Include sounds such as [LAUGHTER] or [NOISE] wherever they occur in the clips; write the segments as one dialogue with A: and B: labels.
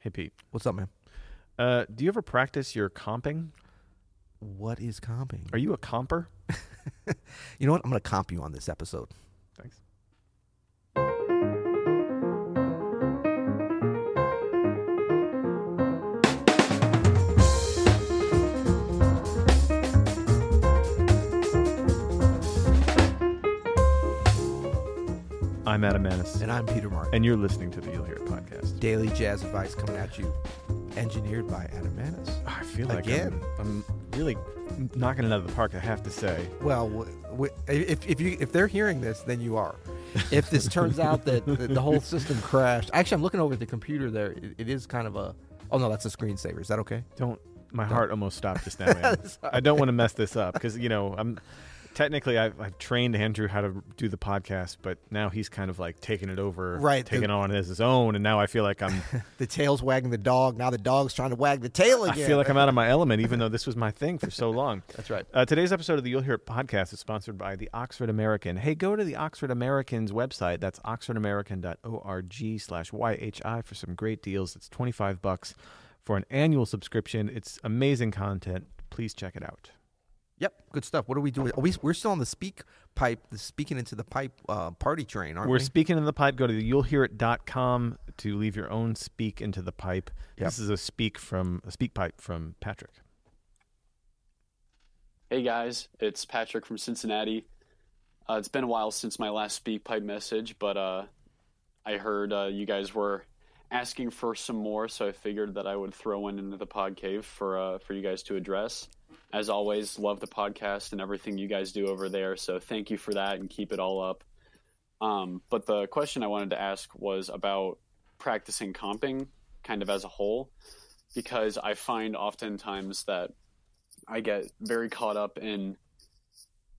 A: Hey Pete,
B: What's up, man?
A: uh, do you ever practice your comping?
B: What is comping?
A: Are you a comper?
B: You know what? I'm going to comp you on this episode.
A: Thanks. I'm Adam Manis,
B: And I'm Peter Martin.
A: and you're listening to the You'll Hear It podcast.
B: Daily Jazz Advice coming at you, engineered by Adam Manis.
A: I feel like
B: Again.
A: I'm, I'm really knocking it out of the park. I have to say,
B: Well, w- w- if, if you if they're hearing this, then you [LAUGHS] are. If this turns out that the, the whole system crashed, actually, I'm looking over at the computer there. It, it is kind of a. Oh no, that's a screensaver. Is that okay?
A: don't. My heart almost stopped just now.
B: [LAUGHS]
A: man.
B: It's
A: I don't want to mess this up because you know I'm technically I've, I've trained Andrew how to do the podcast, but now he's kind of like taking it over,
B: Right, the-
A: Taking it on as his own, and now I feel like
B: [LAUGHS]
A: I'm
B: The tail's wagging the dog. Now the dog's trying to wag the tail
A: I
B: again.
A: feel like I'm out of my element, even though this was my thing for so long.
B: That's right.
A: Uh, today's episode of the You'll Hear It podcast is sponsored by the Oxford American. Hey, go to the Oxford American's website. That's oxfordamerican.org slash YHI for some great deals. It's 25 bucks for an annual subscription. It's amazing content. Please check it out.
B: Yep, good stuff. What are we doing? Are we, we're still on the speak pipe, the speaking into the pipe uh, party train, aren't
A: We're
B: we?
A: speaking in the pipe. Go to the you'll hear it.com to leave your own speak into the pipe. This is a speak from a speak pipe from Patrick.
C: Hey guys, it's Patrick from Cincinnati. Uh, it's been a while since my last speak pipe message, but uh, I heard uh, you guys were asking for some more, so I figured that I would throw one into the pod cave for uh, for you guys to address. As always, love the podcast and everything you guys do over there, so thank you for that and keep it all up. Um, but the question I wanted to ask was about practicing comping, kind of as a whole, because I find oftentimes that I get very caught up in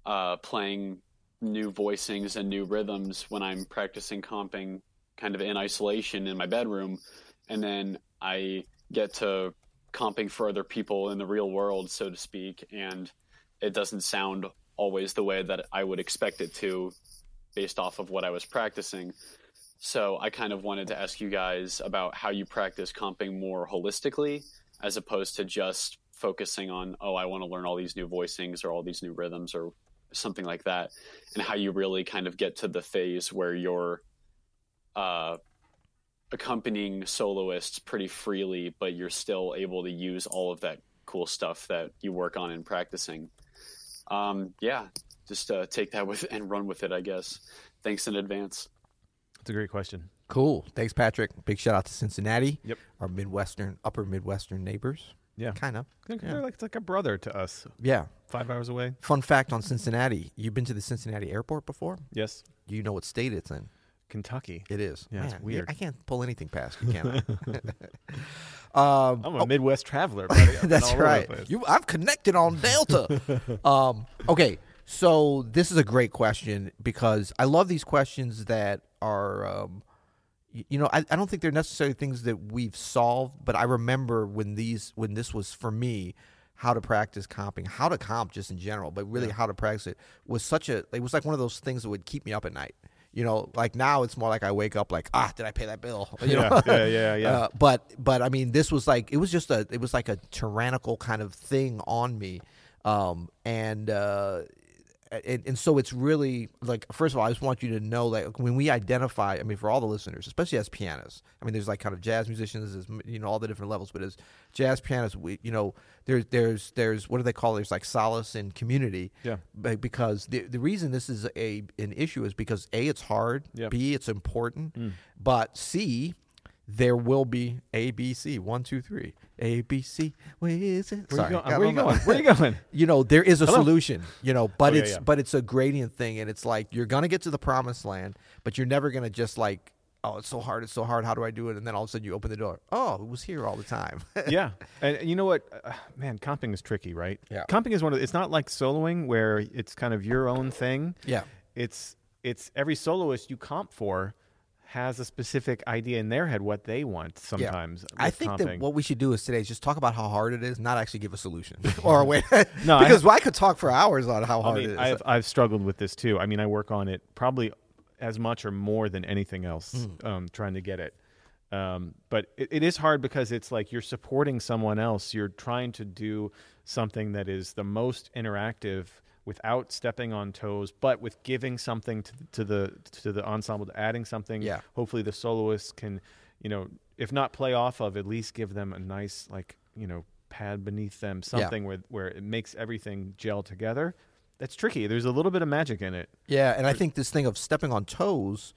C: uh, playing new voicings and new rhythms when I'm practicing comping kind of in isolation in my bedroom. And then I get to comping for other people in the real world, so to speak. And it doesn't sound always the way that I would expect it to based off of what I was practicing. So I kind of wanted to ask you guys about how you practice comping more holistically as opposed to just focusing on oh i want to learn all these new voicings or all these new rhythms or something like that and how you really kind of get to the phase where you're uh, accompanying soloists pretty freely but you're still able to use all of that cool stuff that you work on in practicing um, yeah just uh, take that with and run with it i guess thanks in advance
A: It's a great question.
B: cool. Thanks, Patrick. Big shout out to Cincinnati.
A: Yep.
B: Our Midwestern, upper Midwestern neighbors.
A: Yeah.
B: Kind of.
A: They're, they're like, it's like a brother to us.
B: Yeah.
A: Five hours away.
B: Fun fact on Cincinnati you've been to the Cincinnati airport before?
A: Yes.
B: You know what state it's in.
A: Kentucky.
B: It is.
A: Yeah, it's
B: Man,
A: weird.
B: I can't pull anything past you,
A: [LAUGHS]
B: can I? um,
A: I'm a Midwest traveler, [LAUGHS] buddy. I've been all
B: That's
A: over the
B: right.
A: place.
B: You, I'm connected on
A: [LAUGHS]
B: Delta. um, okay, so this is a great question because I love these questions that are, um, y- you know, I, I don't think they're necessarily things that we've solved, but I remember when these, when this was for me, how to practice comping, how to comp just in general, but really how to practice it was such a, it was like one of those things that would keep me up at night. You know, like now it's more like I wake up like, ah, did I pay that bill? [LAUGHS] You know?
A: Yeah, yeah, yeah, yeah.
B: Uh, but but I mean, this was like it was just a it was like a tyrannical kind of thing on me, um, and uh, and, and so it's really like first of all, I just want you to know that when we identify, I mean, for all the listeners, especially as pianists, I mean, there's like kind of jazz musicians, there's, you know, all the different levels, but as jazz pianists, we, you know, there's there's there's what do they call it? There's like solace and community,
A: Yeah.
B: Be- because the the reason this is a an issue is because a it's hard,
A: Yeah.
B: b it's important,
A: Mm.
B: but c there will be A B C one two three A B C. Where is it?
A: Where
B: Sorry,
A: you going?
B: I
A: Where you
B: don't know.
A: [LAUGHS] going? Where you going?
B: You know, there is a solution. You know, but
A: Oh, yeah,
B: it's
A: yeah.
B: but it's a gradient thing, and it's like you're gonna get to the promised land, but you're never gonna just like, oh, it's so hard, it's so hard. How do I do it? And then all of a sudden you open the door. Oh, it was here all the time. [LAUGHS]
A: yeah, and, and you know what, uh, man, comping is tricky, right?
B: Yeah.
A: comping is one of. The, it's not like soloing where it's kind of your own thing.
B: Yeah.
A: it's it's every soloist you comp for has a specific idea in their head what they want. Sometimes
B: I
A: with
B: think
A: comping.
B: that what we should do is today is just talk about how hard it is, not actually give
A: [LAUGHS]
B: a solution or a way. [LAUGHS]
A: No, I
B: because I, could talk for hours on how
A: I
B: hard it
A: mean,
B: is.
A: I've I've struggled with this too. I
B: Hmm.
A: mean, I work on it probably as much or more than anything else, um, trying to get it Um, but it, it is hard because it's like you're supporting someone else. You're trying to do something that is the most interactive without stepping on toes, but with giving something to, to the to the ensemble, to adding something.
B: Yeah.
A: Hopefully, the soloists can, you know, if not play off of, at least give them a nice like you know pad beneath them, something where where it makes everything gel together. That's tricky. There's a little bit of magic in it.
B: Yeah, and I think this thing of stepping on toes,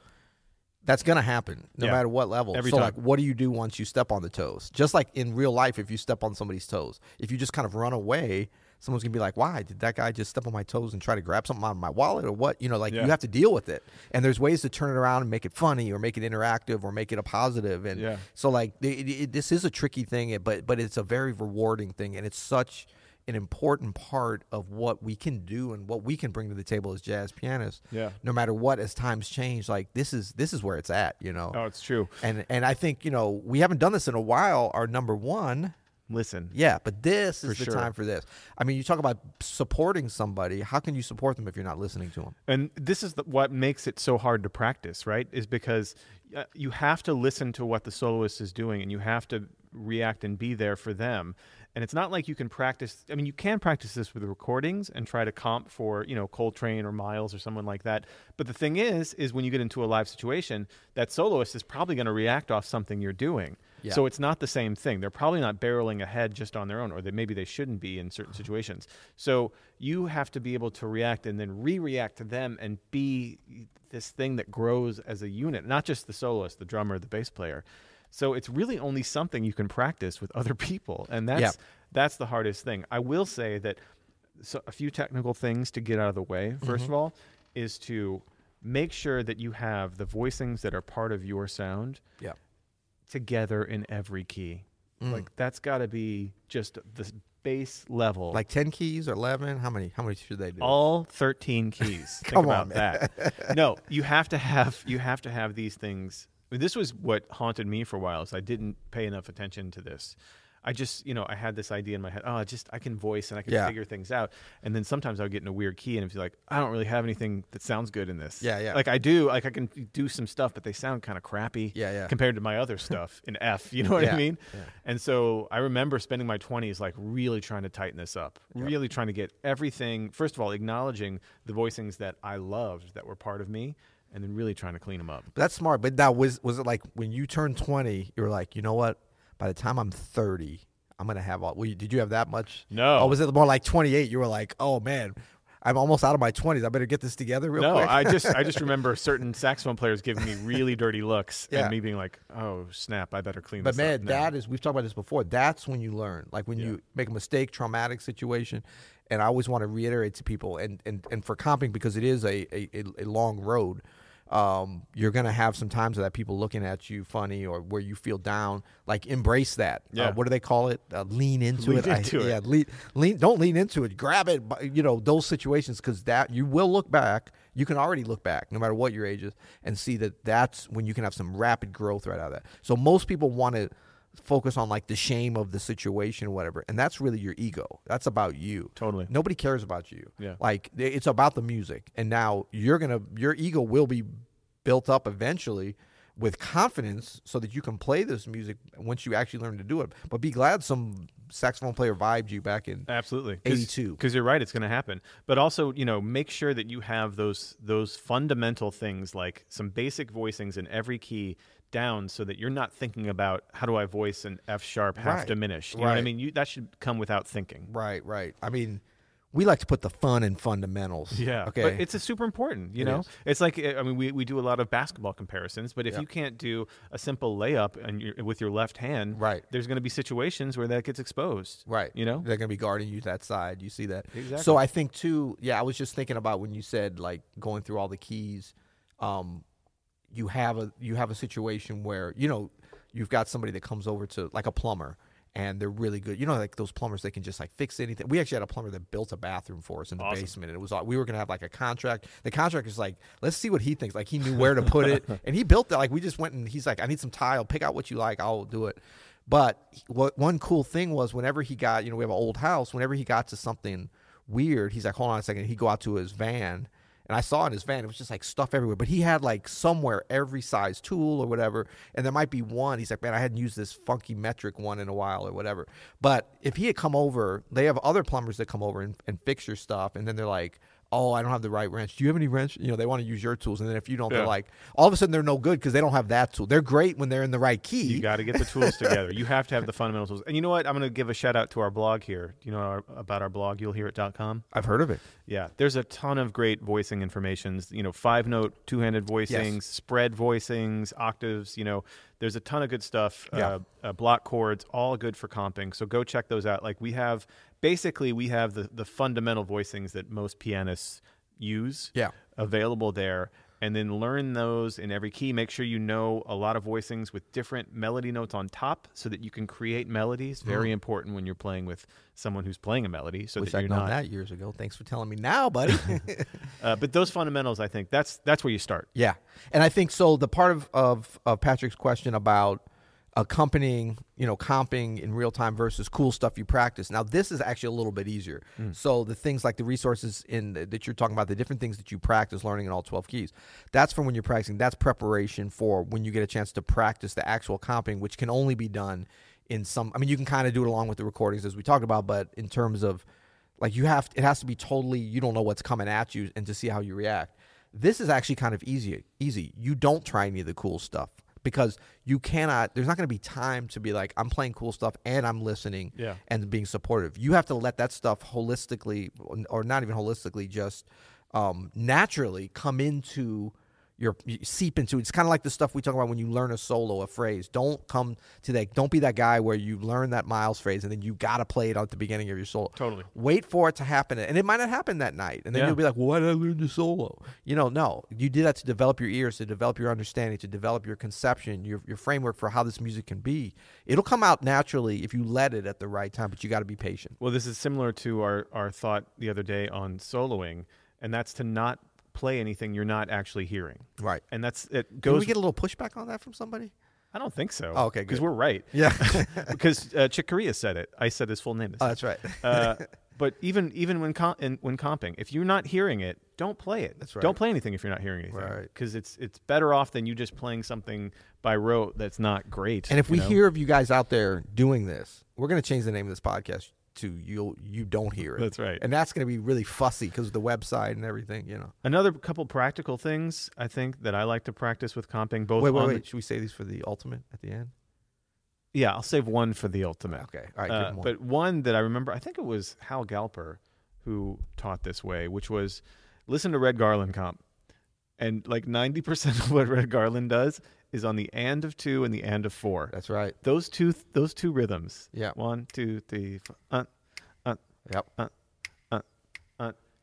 B: that's going to happen no
A: Yeah.
B: matter what level.
A: Every
B: so,
A: time.
B: like, what do you do once you step on the toes? Just like in real life, if you step on somebody's toes, if you just kind of run away, someone's going to be like, why? Did that guy just step on my toes and try to grab something out of my wallet or what? You know, like,
A: Yeah.
B: you have to deal with it. And there's ways to turn it around and make it funny or make it interactive or make it a positive. And
A: Yeah.
B: so, like, the- it, it, this is a tricky thing, eh, but, but it's a very rewarding thing. And it's such an important part of what we can do and what we can bring to the table as jazz pianists
A: Yeah.
B: no matter what as times change like this is this is where it's at you know
A: Oh, it's true.
B: and and i think you know we haven't done this in a while our number one
A: Listen.
B: yeah but this is
A: For
B: the
A: sure.
B: time for this i mean you talk about supporting somebody how can you support them if you're not listening to them
A: And this is the, what makes it so hard to practice, right? Is because uh, you have to listen to what the soloist is doing and you have to react and be there for them. And it's not like you can practice. I mean, you can practice this with recordings and try to comp for, you know, Coltrane or Miles or someone like that. But the thing is, is when you get into a live situation, that soloist is probably going to react off something you're doing.
B: Yeah.
A: So it's not the same thing. They're probably not barreling ahead just on their own, or they, maybe they shouldn't be in certain situations. So you have to be able to react and then re-react to them and be this thing that grows as a unit, not just the soloist, the drummer, the bass player. So it's really only something you can practice with other people, and that's that's the hardest thing. I will say that so a few technical things to get out of the way. 1st of all, is to make sure that you have the voicings that are part of your sound
B: yeah
A: together in every key.
B: Mm.
A: Like that's got to be just the s- base level.
B: like 10 keys or 11 how many how many should they do
A: all 13
B: [LAUGHS]
A: keys. Think
B: Come
A: about
B: on, [LAUGHS]
A: that. No, you have to have you have to have these things. I mean, this was what haunted me for a while. Is I didn't pay enough attention to this. I just, you know, I had this idea in my head. Oh, just I can voice and I can
B: Yeah.
A: figure things out. And then sometimes I would get in a weird key and it'd be like, I don't really have anything that sounds good in this.
B: Yeah, yeah.
A: Like I do, like I can do some stuff, but they sound kind of crappy.
B: Yeah, yeah.
A: Compared to my
B: [LAUGHS]
A: other stuff in F, you know what I
B: Yeah,
A: mean? And so I remember spending my 20s like really trying to tighten this up, really trying to get everything, first of all, acknowledging the voicings that I loved that were part of me, and then really trying to clean them up.
B: that's smart but now was was it like when you turned 20 you were like you know what by the time i'm 30 i'm gonna have all well, you, did you have that much
A: No.
B: or was it more like 28 you were like oh man i'm almost out of my 20s i better get this together real
A: No,
B: quick
A: I just I
B: [LAUGHS]
A: just remember certain saxophone players giving me really dirty looks
B: Yeah.
A: and me being like, "Oh, snap, I better clean
B: But
A: this
B: man,
A: up." now."
B: that is we've talked about this before. That's when you learn. Like when you make a mistake, traumatic situation. And I always want to reiterate to people and and, and for comping because it is a a, a- a long road. Um, you're gonna have some times that people looking at you funny or where you feel down. Like embrace that. Uh,
A: Yeah.
B: what do they call it? Uh, lean into
A: Lean
B: it. I-
A: into it.
B: Yeah. Lean, lean. Don't lean into it. Grab it. by- You know those situations because that you will look back. You can already look back, no matter what your age is, and see that that's when you can have some rapid growth right out of that. So most people want to focus on like the shame of the situation or whatever, and that's really your ego. That's about you.
A: Totally.
B: Nobody cares about you.
A: Yeah.
B: Like th- it's about the music, and now you're gonna your ego will be built up eventually with confidence so that you can play this music once you actually learn to do it. But be glad some saxophone player vibed you back in.
A: Absolutely.
B: 82.
A: Because you're right, it's going to happen. But also, you know, make sure that you have those those fundamental things like some basic voicings in every key down so that you're not thinking about how do I voice an F sharp half
B: Right.
A: diminished. You know what I
B: Right.
A: mean? You, that should come without thinking.
B: Right, right. I mean, we like to put the fun
A: [LAUGHS]
B: in fundamentals. Okay.
A: But it's a super important, you know?
B: is.
A: It's like, uh, I mean, we, we do a lot of basketball comparisons, but if you can't do a simple layup and you with your left hand,
B: Right.
A: there's going to be situations where that gets exposed.
B: Right.
A: You know?
B: They're going to be guarding you that side. You see that.
A: Exactly.
B: So I think too, yeah, I was just thinking about when you said like going through all the keys, um you have a you have a situation where, you know, you've got somebody that comes over to like a plumber and they're really good. You know, like those plumbers, they can just like fix anything. We actually had a plumber that built a bathroom for us in the basement, and it was all, we were gonna have like a contract. The contract is like, let's see what he thinks. Like he knew where to put it, and he built that. Like we just went and he's like, I need some tile. Pick out what you like. I'll do it. But what one cool thing was whenever he got, you know, we have an old house. Whenever he got to something weird, he's like, hold on a second. He'd go out to his van, and And I saw in his van, it was just like stuff everywhere. But he had like somewhere every size tool or whatever. And there might be one. He's like, man, I hadn't used this funky metric one in a while or whatever. But if he had come over, they have other plumbers that come over and, and fix your stuff. And then they're like, oh, I don't have the right wrench. Do you have any wrench? You know, they want to use your tools. And then if you don't,
A: Yeah.
B: they're like, all of a sudden they're no good because they don't have that tool. They're great when they're in the right key.
A: You got to get the tools together. You have to have the fundamental tools. And you know what? I'm going to give a shout out to our blog here. Do you know our, about our blog? You'll hear it.com.
B: I've heard of it.
A: Yeah, there's a ton of great voicing informations. You know, five note, two handed voicings, spread voicings, octaves. You know, there's a ton of good stuff.
B: Yeah.
A: Uh, uh, block chords, all good for comping. So go check those out. Like we have, basically, we have the the fundamental voicings that most pianists use.
B: Yeah.
A: available there. And then learn those in every key. Make sure you know a lot of voicings with different melody notes on top so that you can create melodies. Very important when you're playing with someone who's playing a melody so
B: Mm. Wish
A: that
B: I'd
A: you're
B: known
A: not
B: that years ago. Thanks for telling me now, [LAUGHS] buddy.
A: uh, but those fundamentals, I think that's that's where you start.
B: Yeah, and I think so. The part of of, of Patrick's question about accompanying, you know, comping in real time versus cool stuff you practice. Now, this is actually a little bit easier. So the things like the resources in that you're talking about, the different things that you practice learning in all 12 keys, that's from when you're practicing. That's preparation for when you get a chance to practice the actual comping, which can only be done in some. I mean, you can kind of do it along with the recordings as we talked about, but in terms of like you have it has to be totally you don't know what's coming at you and to see how you react this is actually kind of easy easy you don't try any of the cool stuff because you cannot there's not going to be time to be like i'm playing cool stuff and i'm listening
A: Yeah.
B: and being supportive you have to let that stuff holistically or not even holistically just um, naturally come into your you seep into it's kind of like the stuff we talk about when you learn a solo a phrase don't come to that don't be that guy where you learn that miles phrase and then you got to play it out at the beginning of your solo
A: Totally.
B: wait for it to happen and it might not happen that night and then
A: Yeah.
B: you'll be like well, why did i learn the solo you know no you did that to develop your ears to develop your understanding to develop your conception your, your framework for how this music can be it'll come out naturally if you let it at the right time but you got to be patient
A: Well, this is similar to our our thought the other day on soloing, and that's to not play anything you're not actually hearing.
B: right
A: And that's it
B: Did
A: goes.
B: we get a little pushback on that from somebody
A: I don't think so.
B: Oh, okay,
A: because
B: good.
A: we're right.
B: yeah
A: [LAUGHS] because uh, Chick Corea said it. I said his full name. This
B: [LAUGHS] oh
A: time. [LAUGHS]
B: that's right [LAUGHS]
A: uh, but even even when com- in, when comping, if you're not hearing it, don't play it.
B: That's right.
A: Don't play anything if you're not hearing anything,
B: Right.
A: Because it's it's better off than you just playing something by rote that's not great.
B: And if
A: you
B: we
A: know?
B: hear of you guys out there doing this, we're going to change the name of this podcast to you you don't hear it.
A: That's right.
B: And that's going to be really fussy because of the website and everything, you know.
A: Another couple practical things I think that I like to practice with comping. Both
B: Wait, wait,
A: on
B: wait.
A: The,
B: Should we say these for the ultimate at the end?
A: yeah, I'll save one for the ultimate.
B: Okay. All right,
A: Uh,
B: give them one.
A: but one that I remember, I think it was Hal Galper who taught this way, which was listen to Red Garland comp, and like ninety percent [LAUGHS] of what Red Garland does is on the and of two and the and of four.
B: That's right.
A: Those two, those two rhythms.
B: Yeah.
A: One, two, three, four, uh, uh,
B: Yep.
A: uh,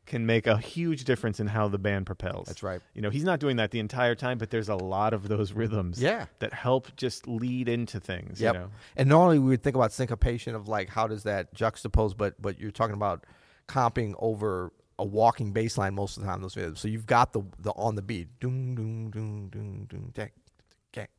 A: can make a huge difference in how the band propels.
B: That's right.
A: You know, he's not doing that the entire time, but there's a lot of those rhythms
B: Yeah.
A: that help just lead into things.
B: Yep.
A: You know?
B: And normally we would think about syncopation of like how does that juxtapose, but but you're talking about comping over a walking bass line most of the time. in Those videos, so you've got the the on the beat, doom doom doom doom doom, tack, tack,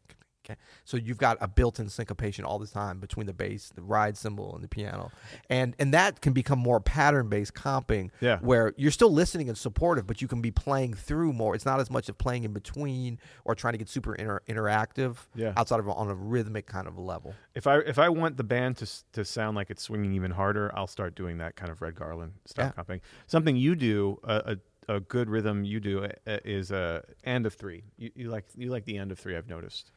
B: tack. so you've got a built-in syncopation all the time between the bass, the ride cymbal, and the piano, and and that can become more pattern-based comping,
A: Yeah.
B: where you're still listening and supportive, but you can be playing through more. It's not as much of playing in between or trying to get super inter- interactive
A: Yeah.
B: outside of on a rhythmic kind of level.
A: If I if I want the band to s- to sound like it's swinging even harder, I'll start doing that kind of Red Garland style comping. Something you do, a, a, a good rhythm you do uh, is a and of three. You, you like you like the end of three. I've noticed.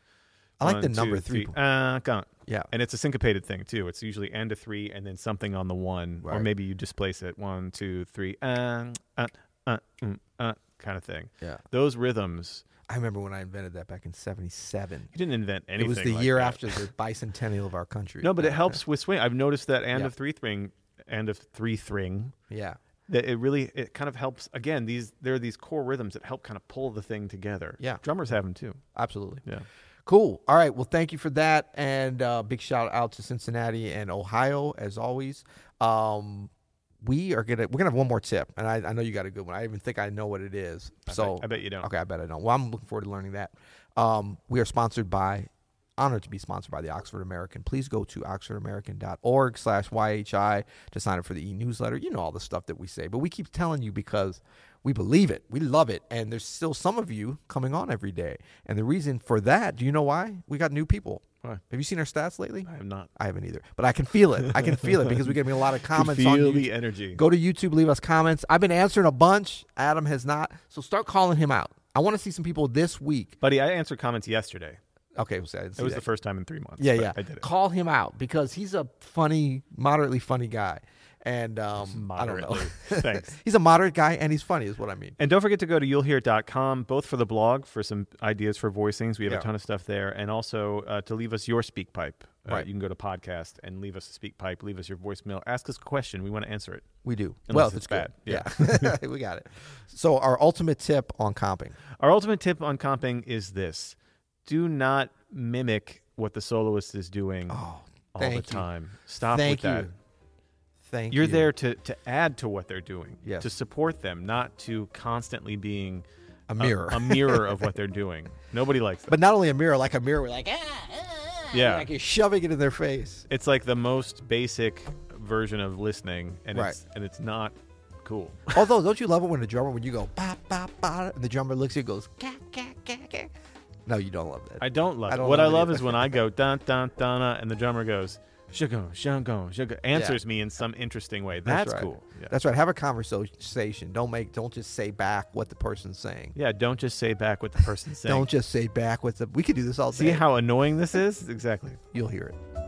B: I like the
A: One,
B: number
A: two,
B: three.
A: Uh, gone.
B: Yeah.
A: And it's a syncopated thing too. It's usually and a three and then something on the one, or
B: Right.
A: maybe you displace it one, two, three, uh, uh, uh, mm, uh, kind of thing.
B: Yeah.
A: Those rhythms,
B: I remember when I invented that back in 77.
A: you didn't invent anything.
B: It was the
A: like
B: year
A: that.
B: after the bicentennial of our country.
A: No, but it
B: Yeah.
A: helps with swing. I've noticed that and
B: Yeah.
A: of three thing, and of three thing.
B: Yeah.
A: That it really it kind of helps. Again, these there are these core rhythms that help kind of pull the thing together.
B: Yeah.
A: drummers have them too.
B: Absolutely.
A: Yeah.
B: Cool. All right. Well, thank you for that. And uh, big shout out to Cincinnati and Ohio, as always. Um, we are gonna we're gonna have one more tip, and I, I know you got a good one. I even think I know what it is. so
A: I bet you don't.
B: Okay, I bet I don't. Well, I'm looking forward to learning that. Um, we are sponsored by honored to be sponsored by the Oxford American. Please go to oxfordamerican.org slash YHI to sign up for the e-newsletter. You know all the stuff that we say, but we keep telling you because we believe it. We love it. And there's still some of you coming on every day. And the reason for that, do you know why? We got new people.
A: Why?
B: Have you seen our stats lately?
A: I am not.
B: I haven't either, but I can feel it. I can feel it because we're getting
A: [LAUGHS]
B: a lot of comments on
A: feel
B: you.
A: the energy.
B: Go to YouTube, leave us comments. I've been answering a bunch. Adam has not. So start calling him out. I want to see some people this week.
A: Buddy, I answered comments yesterday.
B: Okay, we'll see. I didn't see
A: It was
B: that.
A: the first time in three months.
B: Yeah,
A: but
B: yeah.
A: I did it.
B: Call him out because he's a funny, moderately funny guy, and um, I don't [LAUGHS] know.
A: Moderately. Thanks.
B: he's a moderate guy, and he's funny, is what I mean.
A: And don't forget to go to you'llhear.com, both for the blog, for some ideas for voicings. We have
B: Yeah.
A: a ton of stuff there. And also uh, to leave us your speak pipe. Uh,
B: Right.
A: You can go to podcast and leave us a speak pipe, leave us your voicemail, ask us a question. We want to answer it.
B: We do
A: Unless
B: well. if
A: it's
B: it's good.
A: bad. Yeah.
B: yeah. [LAUGHS] we got it. So our ultimate tip on comping.
A: Our ultimate tip on comping is this do not mimic what the soloist is doing
B: Oh,
A: all
B: thank
A: the
B: you.
A: time. Stop
B: Thank
A: with
B: you.
A: that.
B: Thank
A: You're
B: you.
A: there to, to add to what they're doing,
B: Yes.
A: to support them, not to constantly being
B: A mirror.
A: a, mirror
B: [LAUGHS]
A: of what they're doing. Nobody likes that.
B: but not only a mirror, like a mirror, we're like ah, ah, ah,
A: Yeah.
B: like you're shoving it in their face.
A: it's like the most basic version of listening, and
B: Right.
A: it's and it's not
B: [LAUGHS]
A: cool.
B: Although, don't you love it when the drummer when you go ba ba ba, and the drummer looks at you and goes ka ka ka ka. No, you don't love that.
A: I don't love
B: I don't
A: it. What I
B: love it
A: love
B: either.
A: is when I
B: [LAUGHS]
A: go dun dun dun, uh, and the drummer goes shugo shugo shugo answers me in some interesting way. That's,
B: right.
A: cool. Yeah.
B: That's right. Have a conversation. Don't make. Don't just say back what the person's saying.
A: yeah, don't just say back
B: [LAUGHS]
A: what the person's saying.
B: Don't just say back what the. We could do this all
A: See
B: day.
A: how annoying this is? Exactly.
B: you'll hear it.